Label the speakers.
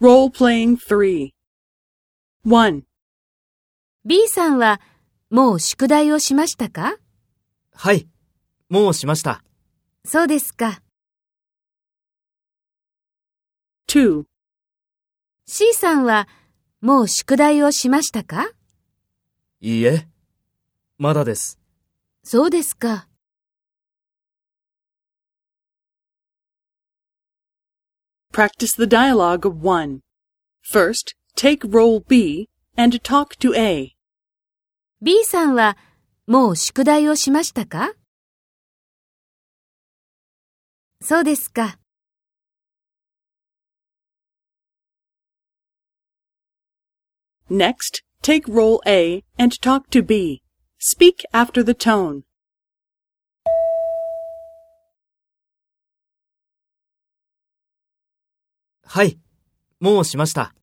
Speaker 1: Role playing 3 1.
Speaker 2: B さんはもう宿題をしましたか
Speaker 3: はい。もうしました。
Speaker 2: そうですか。
Speaker 1: 2.
Speaker 2: C さんはもう宿題をしましたか
Speaker 3: いいえ。まだです。
Speaker 2: そうですか。
Speaker 1: Practice the dialogue of 1. First, take role B and talk to A.
Speaker 2: B さんはもう宿題をしましたかそうですか。
Speaker 1: Next, take role A and talk to B. Speak after the tone.
Speaker 3: はい。もうしました。